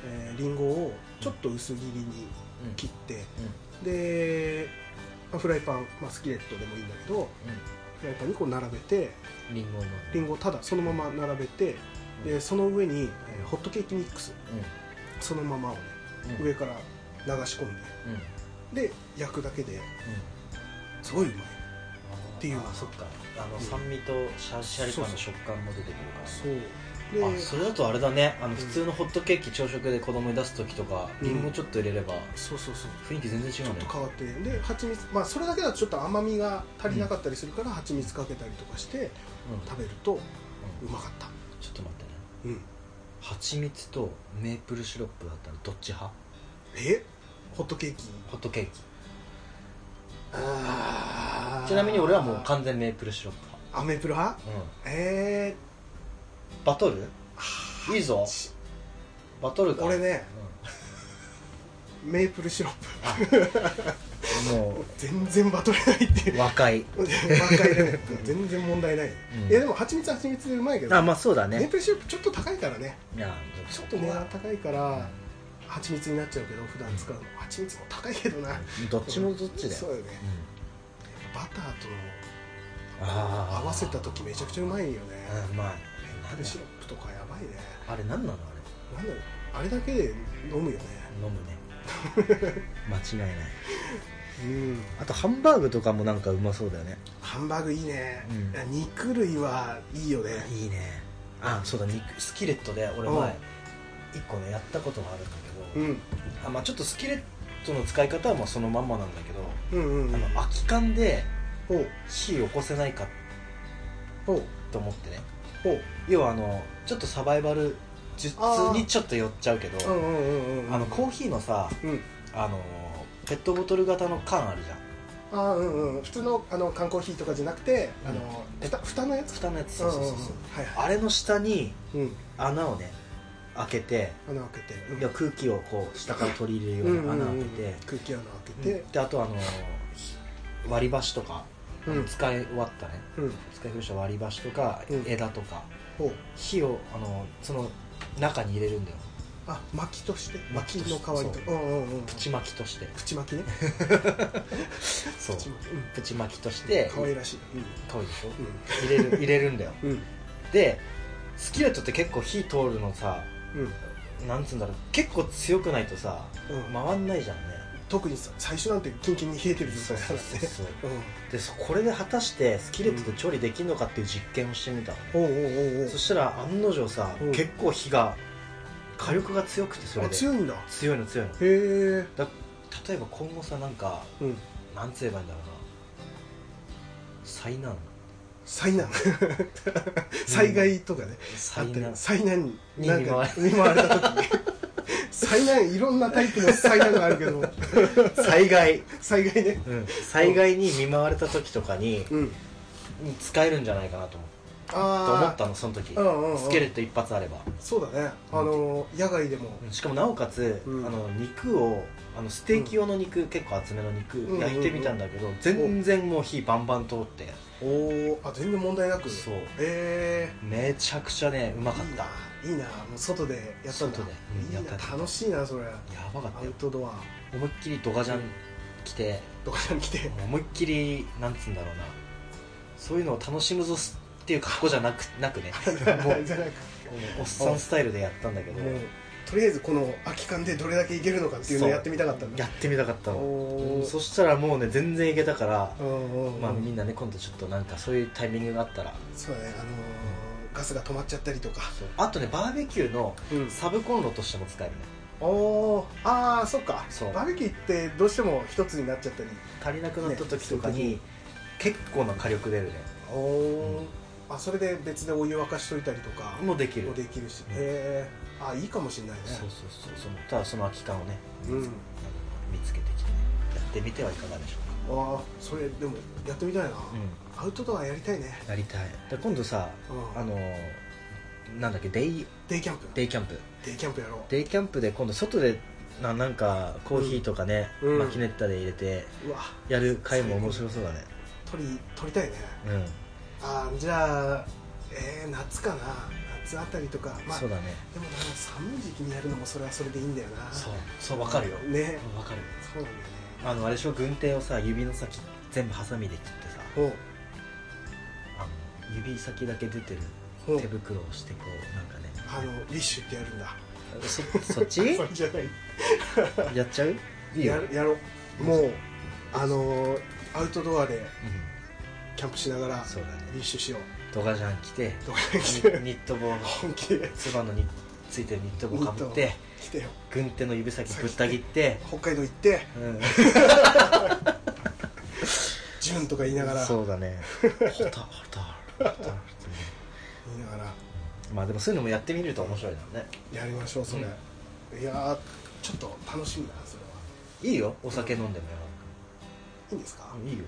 A: えーリンゴをちょっと薄切りに切ってで、まあフライパン、まあ、スキレットでもいいんだけどフライパンにこう並べて
B: うんリンゴの
A: リンゴをただそのまま並べてでその上に、えーホットケーキミックスそのままをね
B: うんうん
A: 上から流し込ん
B: うんうん
A: でで焼くだけですごいうまいっていう
B: あーそっかあの、
A: うん
B: 酸味とシャシャリパンの食感も出てくるから
A: そう
B: あ
A: で
B: それだとあれだねあの
A: ん
B: 普通のホットケーキ朝食で子供に出す時とか
A: うん
B: リンゴちょっと入れれば
A: そうそうそう
B: 雰囲気全然違
A: ちょ
B: う
A: っ
B: ね
A: と変わってで蜂蜜まあそれだけだとちょっと甘みが足りなかったりするから蜂蜜かけたりとかして
B: うん
A: 食べると
B: う
A: うんまかった
B: ちょっと待ってね
A: うん
B: 蜂蜜とメープルシロップだったらどっち派
A: えホットケーキ
B: ホットケーキ
A: あー
B: ちなみに俺はもう完全メープルシロップ派
A: アメープル派え
B: バトルいいぞ
A: ち
B: バトル
A: ー
B: か
A: 俺ねメープルシロップ
B: うんも
A: 全然バトれないっていう
B: う若い
A: 若いね全然問題ない、
B: うん
A: いやでも蜂蜜は蜂蜜でうまいけど
B: あまあそうだ
A: メー
B: ね
A: プルシロップちょっと高いからね
B: いや
A: ち
B: そ
A: ょっと
B: こ
A: 値
B: は
A: 段高いから蜂蜜になっちゃうけど普段使うの蜂蜜も高いけどな
B: どっちもどっちだ
A: そ
B: よ
A: うよね
B: うん
A: バターと
B: あー
A: 合わせた時めちゃくちゃうまいよね
B: うんうまい
A: メープルシロップとかやばいね
B: あれ何なのあれ
A: なんだろうあれだけで飲むよね
B: 飲むね
A: <laughs>
B: 間違いない
A: うん
B: あとハンバーグとかもなんかうまそうだよね
A: ハンバーグいいね、
B: う
A: い
B: ん
A: や肉類はいいよね
B: いいねあそうだ肉スキレットで俺
A: うん
B: 前一個ねやったことがあるんだけ
A: う
B: ど、
A: ん
B: あまあ、ちょっとスキレットの使い方はまあそのまんまなんだけど、
A: うんうんう
B: あ
A: ん
B: の空き缶で
A: ほう
B: 火起こせないか
A: ほう
B: と思ってね
A: ほう
B: 要はあのちょっとサバイバル術にちょっと寄っちゃうけど
A: うんうんうんうん
B: あのコーヒーのさ
A: うん
B: あのペットボトル型の缶あるじゃん
A: ああーうんうん普通のあの缶コーヒーとかじゃなくて、
B: うん
A: あの蓋蓋のやつ
B: 蓋のやつそうそうそうそう、
A: うんうんうん
B: あれの下に
A: うん
B: 穴をね開けて
A: 穴を開けて、うん
B: いや空気をこう下から取り入れるような穴を開けて、
A: 空気穴を開け
B: で
A: て、
B: あとあの割り箸とか、
A: うん
B: 使い終わったね
A: うん
B: 使い古した割り箸とか、
A: うん
B: 枝とか
A: ほう
B: 火をあのその中に入れるんだよ
A: あ巻きとして
B: 薪
A: 薪
B: として
A: の代わりと
B: そ
A: うんうんうん
B: プチ巻きとして
A: プチ巻きね
B: そう
A: プチ巻き
B: プチ巻きとして
A: うん可愛らしい
B: 可愛いでしょ
A: うん
B: 入れる入 <laughs> れるんだよ
A: うんうん
B: でスキレットって結構火通るのさ
A: うん
B: なんつうんだろう結構強くないとさ
A: うん
B: 回んないじゃんね
A: 特にさ最初なんてキンキンに冷えてる
B: そ
A: 状
B: う
A: 態だか
B: そう
A: ら
B: そう
A: ね
B: そう
A: うん
B: でそこれで果たしてスキレットで調理できるのかっていう実験をしてみたのね
A: おうおうおう
B: そしたら案の定さ、
A: うん
B: 結構火が火力が強くてそ
A: おう
B: れ
A: あ
B: で
A: 強いんだへ
B: 強いの強いの
A: え
B: 例えば今後さなんか
A: うん
B: なんつ言えばいいんだろうな災難
A: 災
B: <laughs>
A: 難災害とかねあっ
B: 災
A: た
B: 難
A: り災難
B: に
A: なんか見舞われた時 <laughs> 災難いろんなタイプの災難があるけ
B: <laughs>
A: ど
B: 災害、
A: 災害ね
B: うん、災害に見舞われた時とかに
A: うん
B: に使えるんじゃないかなと思
A: あ
B: と思ったのその時
A: あうんうんうん
B: スケレット一発あれば
A: そうだねあの野外でも
B: しかもなおかつ、
A: うん
B: あの肉をあのステーキ用の肉、結構厚めの肉、
A: うんうん
B: 焼いてみたんだけど全然もう火バンバン通って
A: おおあ全然問題なく
B: そう
A: え
B: めちゃくちゃねうま
A: え
B: かっ
A: い
B: た
A: いないいなもう外でやったんだ
B: 外でうん
A: いいな
B: やったやった
A: 楽しいなそれ
B: やばかっ
A: ア
B: たよ
A: ウトドア
B: 思いっきりドガジャン着て
A: とかじゃなくて
B: 思いっきりなんつうんだろうなそういうのを楽しむぞっていう格好じゃなくなくねもう
A: <laughs> じゃなく
B: おっさんスタイルでやったんだけど
A: もうとりあえずこの空き缶でどれだけいけるのかっていうのをやってみたかったんだ
B: やってみたかったの
A: お
B: うんそしたらもうね全然いけたから
A: お
B: まあみ
A: なん
B: なね今度ちょっとなんかそういうタイミングがあったら
A: そうだねあのーガスが止まっちゃったりとか
B: あとねバーベキューの
A: うん
B: サブコンロとしても使えるね
A: おーああそっか
B: そう
A: バーベキューってどうしても一つになっちゃったり
B: 足りなくなった時とかに結構な火力出るね
A: おお、
B: うん
A: あそれで別でお湯沸かしといたりとかも
B: もうできる
A: できるし
B: うん
A: へえあいいかもしれないね
B: そうそうそうそのただその空き缶をね、
A: うん
B: 見つけてきてやってみてはいかがでしょう
A: ああそれでもやってみたいな、
B: か、
A: アウトドアやりたいね、
B: やりたいで今度さ
A: うん、
B: あのなんだっけデイ
A: デイキャンプ
B: デイキャンプ
A: デイキャンプやろう
B: デイキャンプで今度外でななんかコーヒーとかね、
A: うん
B: マキネッタで入れて
A: うわ
B: やる回も面白そうだね
A: 取り取りたいね
B: うん、
A: ああじゃあえー、夏かな夏あたりとかまあ
B: そ
A: でも
B: うだね
A: な寒い時期にやるのもそれはそれでいいんだよな
B: そうそうわかるよ
A: ね
B: わかる
A: そうなんだよね
B: あのあれでしょ軍手をさ指の先全部ハサミで切ってさ
A: ほう
B: あの指先だけ出てる
A: ほう
B: 手袋をしてこうなんかね
A: あのウィッシュってやるんだ
B: そ <laughs> そっち
A: それじゃない
B: やっちゃういいよ
A: やるやろうもうあのーアウトドアで
B: う
A: キャンプしながら
B: ん、そうだ
A: ビ
B: ね
A: ッシュしよう
B: ドガジャン着て
A: とか来
B: ニ
A: て
B: ニット帽
A: 本気で
B: つばのについてるニット帽かぶっ
A: ニッ
B: て
A: 来てよ
B: 軍手の指先ぶった切って、
A: 北海道行って
B: うん、
A: ジュンとか言いながら言
B: そうだねホタホタホタホタ
A: いながら
B: まあでもそういうのもやってみると面白いだろうね
A: やりましょうそれ、いやーちょっと楽しみだなそれはい
B: いよお酒飲んでも
A: いいんですか、
B: よいいよ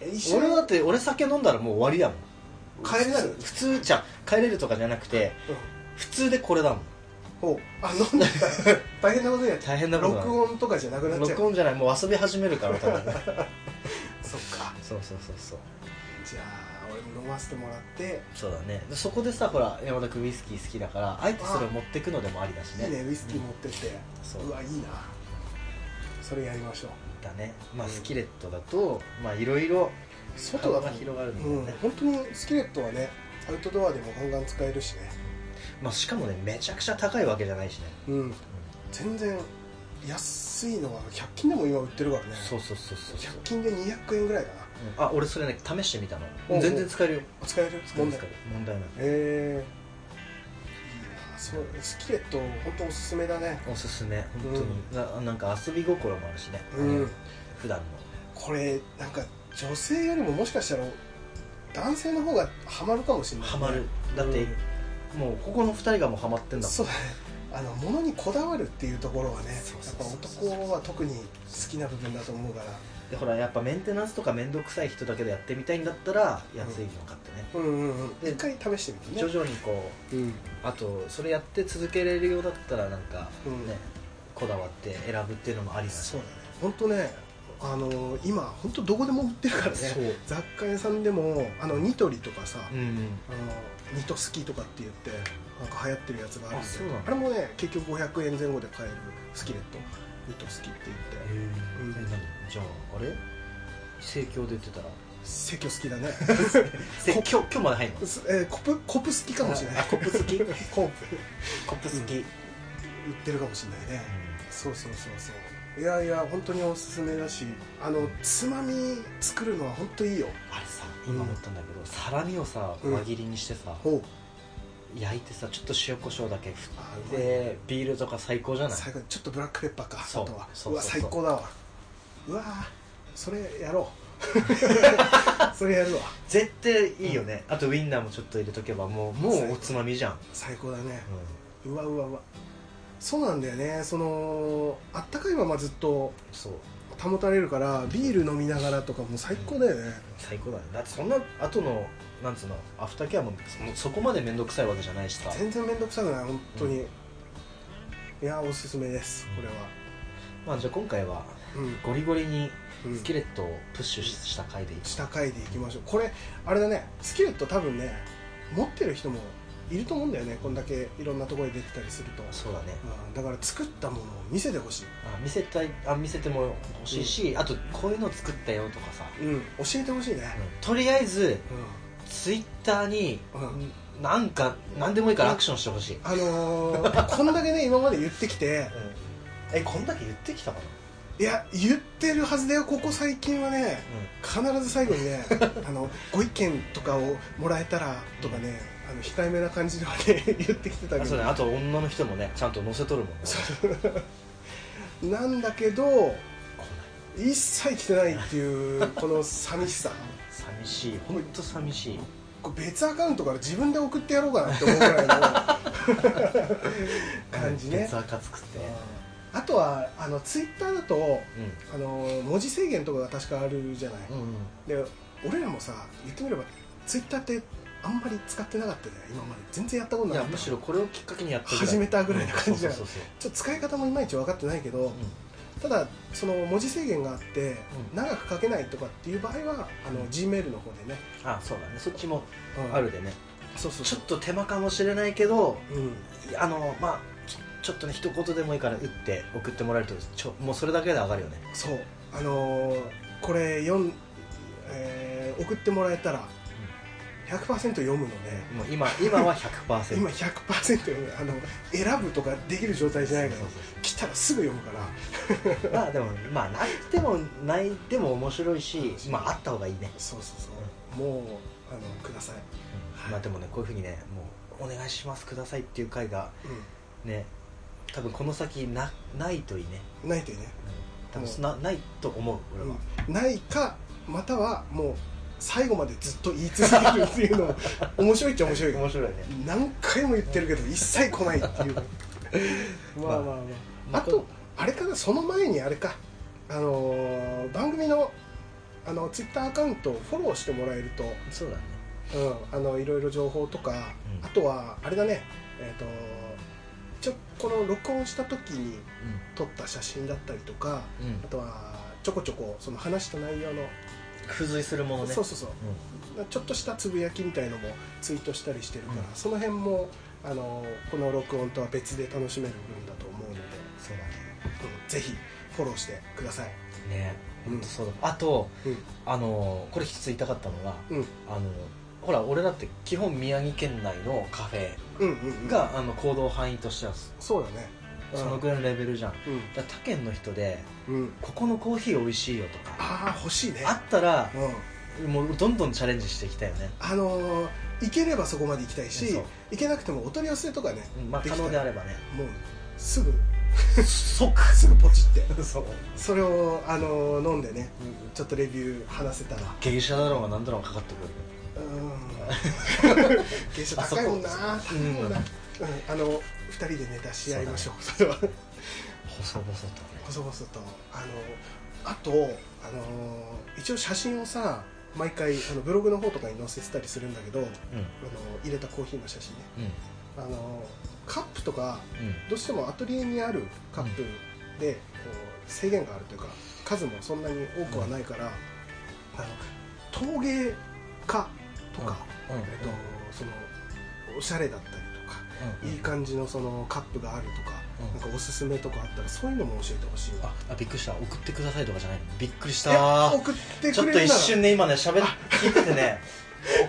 A: え一緒に
B: 俺だって俺酒飲んだらもう終わりだもん
A: 帰れないの
B: 普通じゃん帰れるとかじゃなくて
A: うん
B: 普通でこれだもん
A: ほうあ飲んだ
B: <laughs>
A: ら大変なことや
B: 大変なことだ
A: 録音とかじゃなくなっちゃ
B: 録
A: う
B: 音じゃないもう遊び始めるから多分
A: そっか
B: そうそうそうそう
A: じゃあ俺も飲ませてもらって
B: そうだねでそこでさほら山田君ウイスキー好きだからあえてそれを持ってくのでもありだしね
A: いいねウイスキー持ってって、
B: そう
A: うわいいなそれやりましょう
B: だねまあ
A: うん
B: スキレットだとまあいろいろ
A: 外だ
B: 幅が
A: と
B: 広がる
A: うんん
B: だよね、
A: 本当にスキレットはねアウトドアでもガンガン使えるしね
B: まあしかもねめちゃくちゃ高いわけじゃないしね、
A: うん全然安いのは100均でも今売ってるからね
B: そうそうそうそうそう
A: 100均で200円ぐらいかな
B: あ俺それね試してみたの
A: おうおう
B: 全然使えるよ
A: あ使える
B: 使え
A: 問
B: る
A: 題
B: 使える問題ない
A: えー、いいなそうスキレット本当おすすめだね
B: おすすめ本当に、ななんか遊び心もあるしね、
A: うん
B: 普段の
A: これなんか女性よりももしかしたら男性の方がハマるかもしれない、ね、
B: ハマるだって、もうここの2人がもうハマってんだもん
A: そうだねあの物にこだわるっていうところはねやっ
B: そうそう
A: ぱ
B: そうそう
A: 男は特に好きな部分だと思うから
B: でほらやっぱメンテナンスとか面倒くさい人だけどやってみたいんだったら安いの買ってね、
A: うんうんうん一回試してみて
B: 徐
A: ね
B: 々にこ
A: うん
B: うあとそれやって続けられるようだったらなんか
A: うん
B: ね、こだわって選ぶっていうのもありだし
A: そうだね本当ねあの今本当どこでも売ってるからね
B: そう
A: 雑貨屋さんでもあのニトリとかさ、
D: うんうん
A: あのニトスキとかって言ってなんか流行ってるやつがあるん
B: あ
A: で
B: そうなんだ
A: あれもね結局500円前後で買えるスキレットニトスキって言って
B: え
A: うん
B: 何じゃああれ盛況で売ってたら
A: 説教好きだね、 <laughs>
B: せ今日今日まで入んの
A: すえーコプコプ好きかもしれな
B: あ
A: い
B: コップ好き
A: コプ
B: コップ好き、
A: 売ってるかもしれないね、そうそうそうそういやいや本当におすすめだしあのつまみ作るのは本当いいよ
B: あれさ今思ったんだけど、サラミをさ
A: うん
B: 輪切りにしてさ、
A: ほう
B: 焼いてさちょっと塩コショウだけ振
A: あ
B: っ
A: うまい
B: てビールとか最高じゃない
A: 最後にちょっとブラックペッパーか
B: そう
A: あとは
B: そうそうそう
A: わ最高だわうわそれやろ
B: <laughs>
A: うそれやるわ
B: 絶対いいよね、あとウインナーもちょっと入れとけばもうもうおつまみじゃん、
A: 最高だねうわうわうわそうなんだよねそのあったかいままずっと
B: そう
A: 保たれるからビール飲みながらとかもう最高だよね、
B: 最高だねだってそんな後のなんつうのアフターケアももうそこまで面倒くさいわけじゃないしさ
A: 全然面倒くさくない本当に、いやおすすめですこれは
B: まあじゃあ今回は
A: う
B: ゴリゴリ
A: ん、
B: に
A: うん
B: スキレットをプッシュした回でいい
A: 下回でいきましょうこれあれだねスキレット多分ね持ってる人もいると思うんだよねこんだけいろんなところに出てたりすると、
B: そうだね
A: うん、だから作ったものを見せてほしい、
B: あ見せたいあ見せても欲しいし、あとこういうの作ったよとかさ、
A: うん、教えてほしいね、
B: とりあえず
A: うん
B: ツイッターに
A: うん
B: なんか何でもいいからアクションしてほしい、
A: あのー、こんだけね今まで言ってきて
B: えこんだけ言ってきたかない
A: や言ってるはずだよここ最近はね必ず最後に
B: <laughs>
A: ねあのご意見とかをもらえたらとかね、あの控えめな感じでは <laughs> ね言ってきてた
B: あ
A: け
B: そう
A: ど、
B: ね、あと女の人もねちゃんと載せとるもんね
A: なんだけど一切来てないっていうこの寂しさ
B: 寂しい本当寂しい
A: これ別アカウントから自分で送ってやろうかなって思うぐ
B: <laughs>
A: らいの感じね
B: 別赤作って
A: あとはあのツイッターだと
B: う
A: あの文字制限とかが確かあるじゃない、
B: んうん
A: で俺らもさ言ってみればツイッターってあんまり使ってなかったよね今まで全然やったこと
B: い
A: なかっ
B: や
A: た
B: むしろこれをきっかけにやって
A: 始めたぐらいな感じじゃん
B: そうそうそう
A: ちょっと使い方もいまいち分かってないけど、
B: そう、
A: ただその文字制限があって、
B: う
A: 長く書けないとかっていう場合はあの G メールの方でね、
B: うんあそうだねそっちも
A: うん
B: あるでね、
A: そうそう
B: ち
A: そ
B: ょ
A: う
B: っと手間かもしれないけど
A: うん
B: あのまあちょちょっとね一言でもいいから打って送ってもらえるとちょもうそれだけで上がるよね
A: そうあのーこれ読ん、えー送ってもらえたら100%読むので、
B: もう今今は100%
A: 今100%読むあの選ぶとかできる状態じゃないから
B: そうそう
A: 来たらすぐ読むから
B: そうまあでもまあなくてもないでも面白いしまああった方がいいね
A: そうそうそう、もうあのください、
B: まあでもねこういうふうにねもうお願いしますくださいっていう回がね多分この先なないといいね
A: うん、ないといいね、
B: 多分なないと思う俺は、
A: うんないかまたはもう最後までずっと言い続けるっていう <laughs> のも面白いっちゃ面白い
B: 面白いね、
A: 何回も言ってるけど一切来ないっていう <laughs> まあまあまあ、
B: ま
A: あとあれかなその前にあれかあのー番組のあのツイッターアカウントをフォローしてもらえると
B: そうだね
A: うん、あのいろいろ情報とか、
B: うん
A: あとはあれだねえっ、とちょこの録音した時に撮った写真だったりとか
B: うん、
A: あとはちょこちょこその話した内容の、
B: 付随するものね
A: そうそうそうちょっとしたつぶやきみたいのもツイートしたりしてるから、
B: うん
A: その辺もあのこの録音とは別で楽しめる分だと思うので、
B: そうだね
A: うんぜひフォローしてください、
B: ね
A: うん
B: そうだあと
A: うん
B: あのーこれ一つ言いたかったのが
A: うん、
B: あのーほら俺だって基本宮城県内のカフェ
A: うんうんうん
B: が、あの行動範囲としてはそ
A: そうだね
B: そのぐらいのレベルじゃんだか
A: う
B: ら他県の人で
A: ん、うん、
B: ここのコーヒー美味しいよとか
A: ああ欲しいね
B: あったら
A: うん
B: もうどんどんチャレンジしていきたいよね
A: あのー行ければそこまで行きたいし
B: そう
A: 行けなくてもお取り寄せとかね
B: うんまあ
A: でき
B: 可
A: た
B: 能であ
A: <laughs>
B: ればね
A: もうすぐ
B: 即
A: すぐポチって
B: <laughs> そう
A: それを、あのー飲んでねちょっとレビュー話せたら
B: 芸者だろうが何だろうがかかってくる
A: うーん
B: <laughs>
A: 芸者高いもんな
B: あそ
A: 高
B: こ
A: いもんな、う
B: う
A: んん、あの2人でね出し合いましょうそれは
B: 細々とね
A: 細々とあのあと、あのー一応写真をさ毎回あのブログの方とかに載せてたりするんだけど、あのー入れたコーヒーの写真ね、あのーカップとかどうしてもアトリエにあるカップでこう制限があるというか数もそんなに多くはないから、あの陶芸家とか、
B: うんうん
A: えっと、そのおしゃれだったりとか、
B: うん
A: いい感じのそのカップがあるとか、
B: うん
A: なんかおすすめとかあったらそういうのも教えてほしいわ
B: ああびっくりした送ってくださいとかじゃないのびっくりし
A: いや
B: た
A: 送って
B: ちょ
A: く
B: っ
A: れ
B: と
A: る
B: 一
A: なら
B: 瞬ね今ね喋っ聞いててね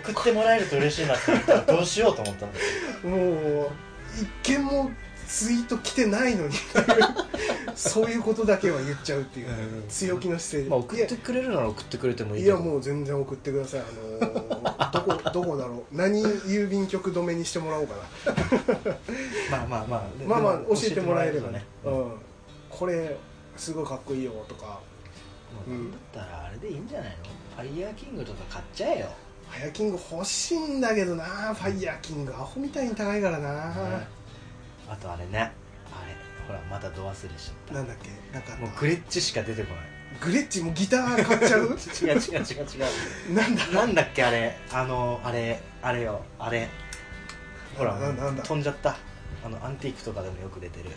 B: 送ってもらえると嬉しいなって思ったらどうしようと思ったんだけ
A: もう一件もツイート来てない
B: <laughs>
A: のにそういうことだけは言っちゃうっていう
B: うん
A: 強気の姿勢で、
B: ど、まあ、送ってくれるなら送ってくれてもいい
A: い
B: け
A: や
B: ど
A: もう全然送ってくださいあの
B: <laughs>
A: ーどこどこだろう何郵便局止めにしてもらおうかな
B: まあまあまあで
A: まあまあ
B: で
A: 教えてもらえればね
B: 教えてもらえればうん
A: うん、これすごいかっこいいよとか
B: もうだったらあれでいいんじゃないのファイヤーキングとか買っちゃえよ、
A: ファイヤーキング欲しいんだけどなファイヤーキングアホみたいに高いからな、
B: ねあとあれねあれほらまたド忘れしちゃっ
A: なんだっけなんか
B: たもうグレッチしか出てこない
A: グレッチもうギター買っちゃ
B: <laughs>
A: う
B: 違う違う違う違
A: なんだ
B: う <laughs> なんだっけあれあのあれあれよあれほら
A: ななんだ
B: 飛んじゃったあのアンティークとかでもよく出てる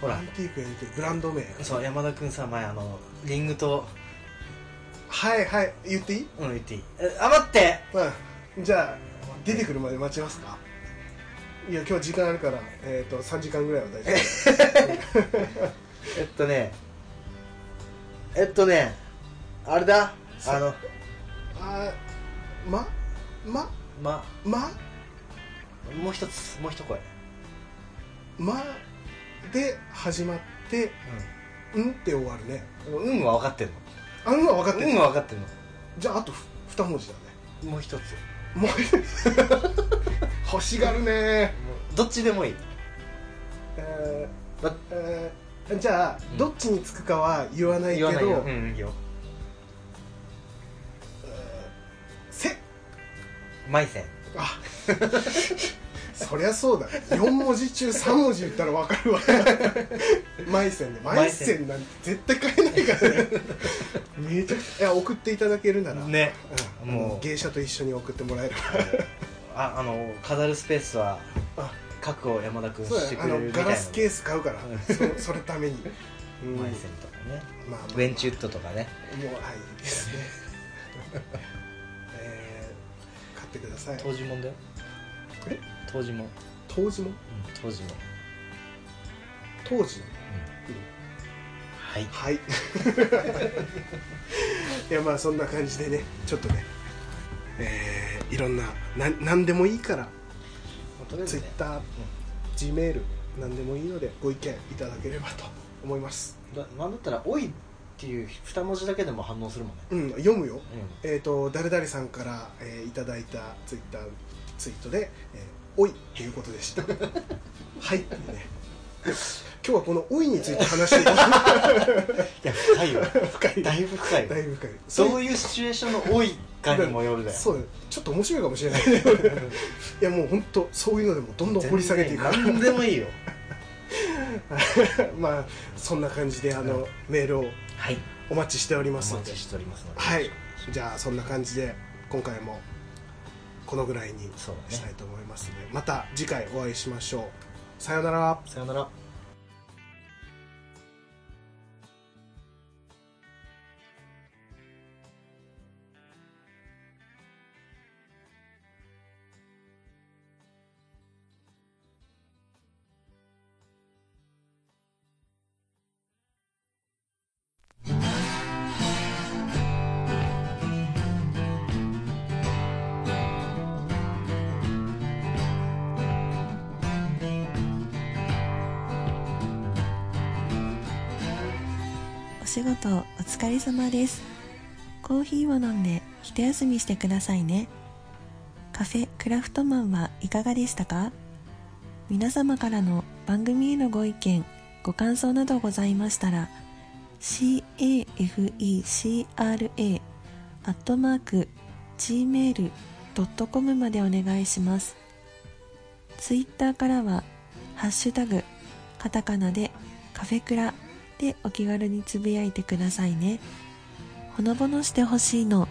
B: ほ
A: ア
B: ら
A: ンティークやりてブランド名
B: そう山田君さ前あのリングと
A: はいはい言っていい
B: うん言っていいえあ待って
A: うんじゃあ出てくるまで待ちますかいや今日時間あるから、えー、と3時間ぐらいは大丈
B: えっとねえっとねあれだあの
A: 夫あーまま
B: ま
A: ま
B: もう一つもう一声
A: まで始まってうんって終わるね
B: うん運は分かってんの
A: あんは分かってる、
B: 運は分かってん
A: じゃああとふ2文
B: <laughs>
A: 字だね
B: のもう一つ
A: もう欲しがるね
B: どっちでもいい
A: えー
B: だ
A: えーじゃあ、
B: うん
A: どっちにつくかは言わないけ
B: 言
A: ど
B: わないよ、うん、いいよ
A: せ
B: マイセン
A: あそりゃそうだ4文字中3文字言ったら分かる
B: <laughs>
A: わマイセンねマイセンなんて絶対買えないから
B: <laughs>
A: ねめちゃくちゃいや送っていただけるなら、
B: ね
A: うん、
B: も
A: も
B: う
A: う芸者と一緒に送ってもらえれば
B: <laughs> ああの飾るスペースは
A: あ
B: 核を山田君
A: そう
B: して
A: だ
B: く
A: ね
B: れ
A: あ
B: る
A: の
B: みた
A: ガ
B: いな
A: ラスケース買うからそそれために、うん
B: マイセンとかね
A: まあまあ
B: ウェンチュットとかね
A: もうはいいいですね <laughs> えー買ってください
B: 当時もんだよ
A: え
B: 当時もんうん
A: 当時も
B: 当時もん
A: 当時の
B: はい
A: はい <laughs> いやまあそんな感じでねちょっとねえーいろんなな何でもいいから
B: とりあえずね
A: TwitterGmail、Gmail 何でもいいのでご意見いただければと思います
B: だなんだったら「おい」っていう二文字だけでも反応するもんね
A: うん読むよ
B: うん
A: えー、と誰々さんから、えーいただいたツイッターツイートで「えーおい」ということで
B: <laughs>
A: したはいっていうね今日はこの「おい」について話していく
B: いや深 <laughs> いよ
A: 深い
B: だいぶ深い
A: だ
B: よ
A: いぶ深い
B: どう
A: いう
B: いうシチュエーションの「おい」かにもよるだよ
A: そうだよちょっと面白いかもしれないね俺いやもう本当そういうのでもどんどん掘り下げていくから
B: 全然何でもいいよ
A: <laughs> まあそんな感じであの、メールを
B: はい
A: お待ちしており
B: お
A: ますの
B: 待
A: で
B: ちしておりますので
A: はいじゃあそんな感じで今回もこのぐらいに
B: そうだね
A: したいと思いますので、また次回お会いしましょうさようなら
B: さよなら
E: お仕事お疲れ様ですコーヒーを飲んで一休みしてくださいねカフェクラフトマンはいかがでしたか皆様からの番組へのご意見ご感想などございましたら cafecra アットマーク gmail.com までお願いしますツイッターからはハッシュタグカタカナでカフェクラでお気軽につぶやいてくださいねほのぼのしてほしいの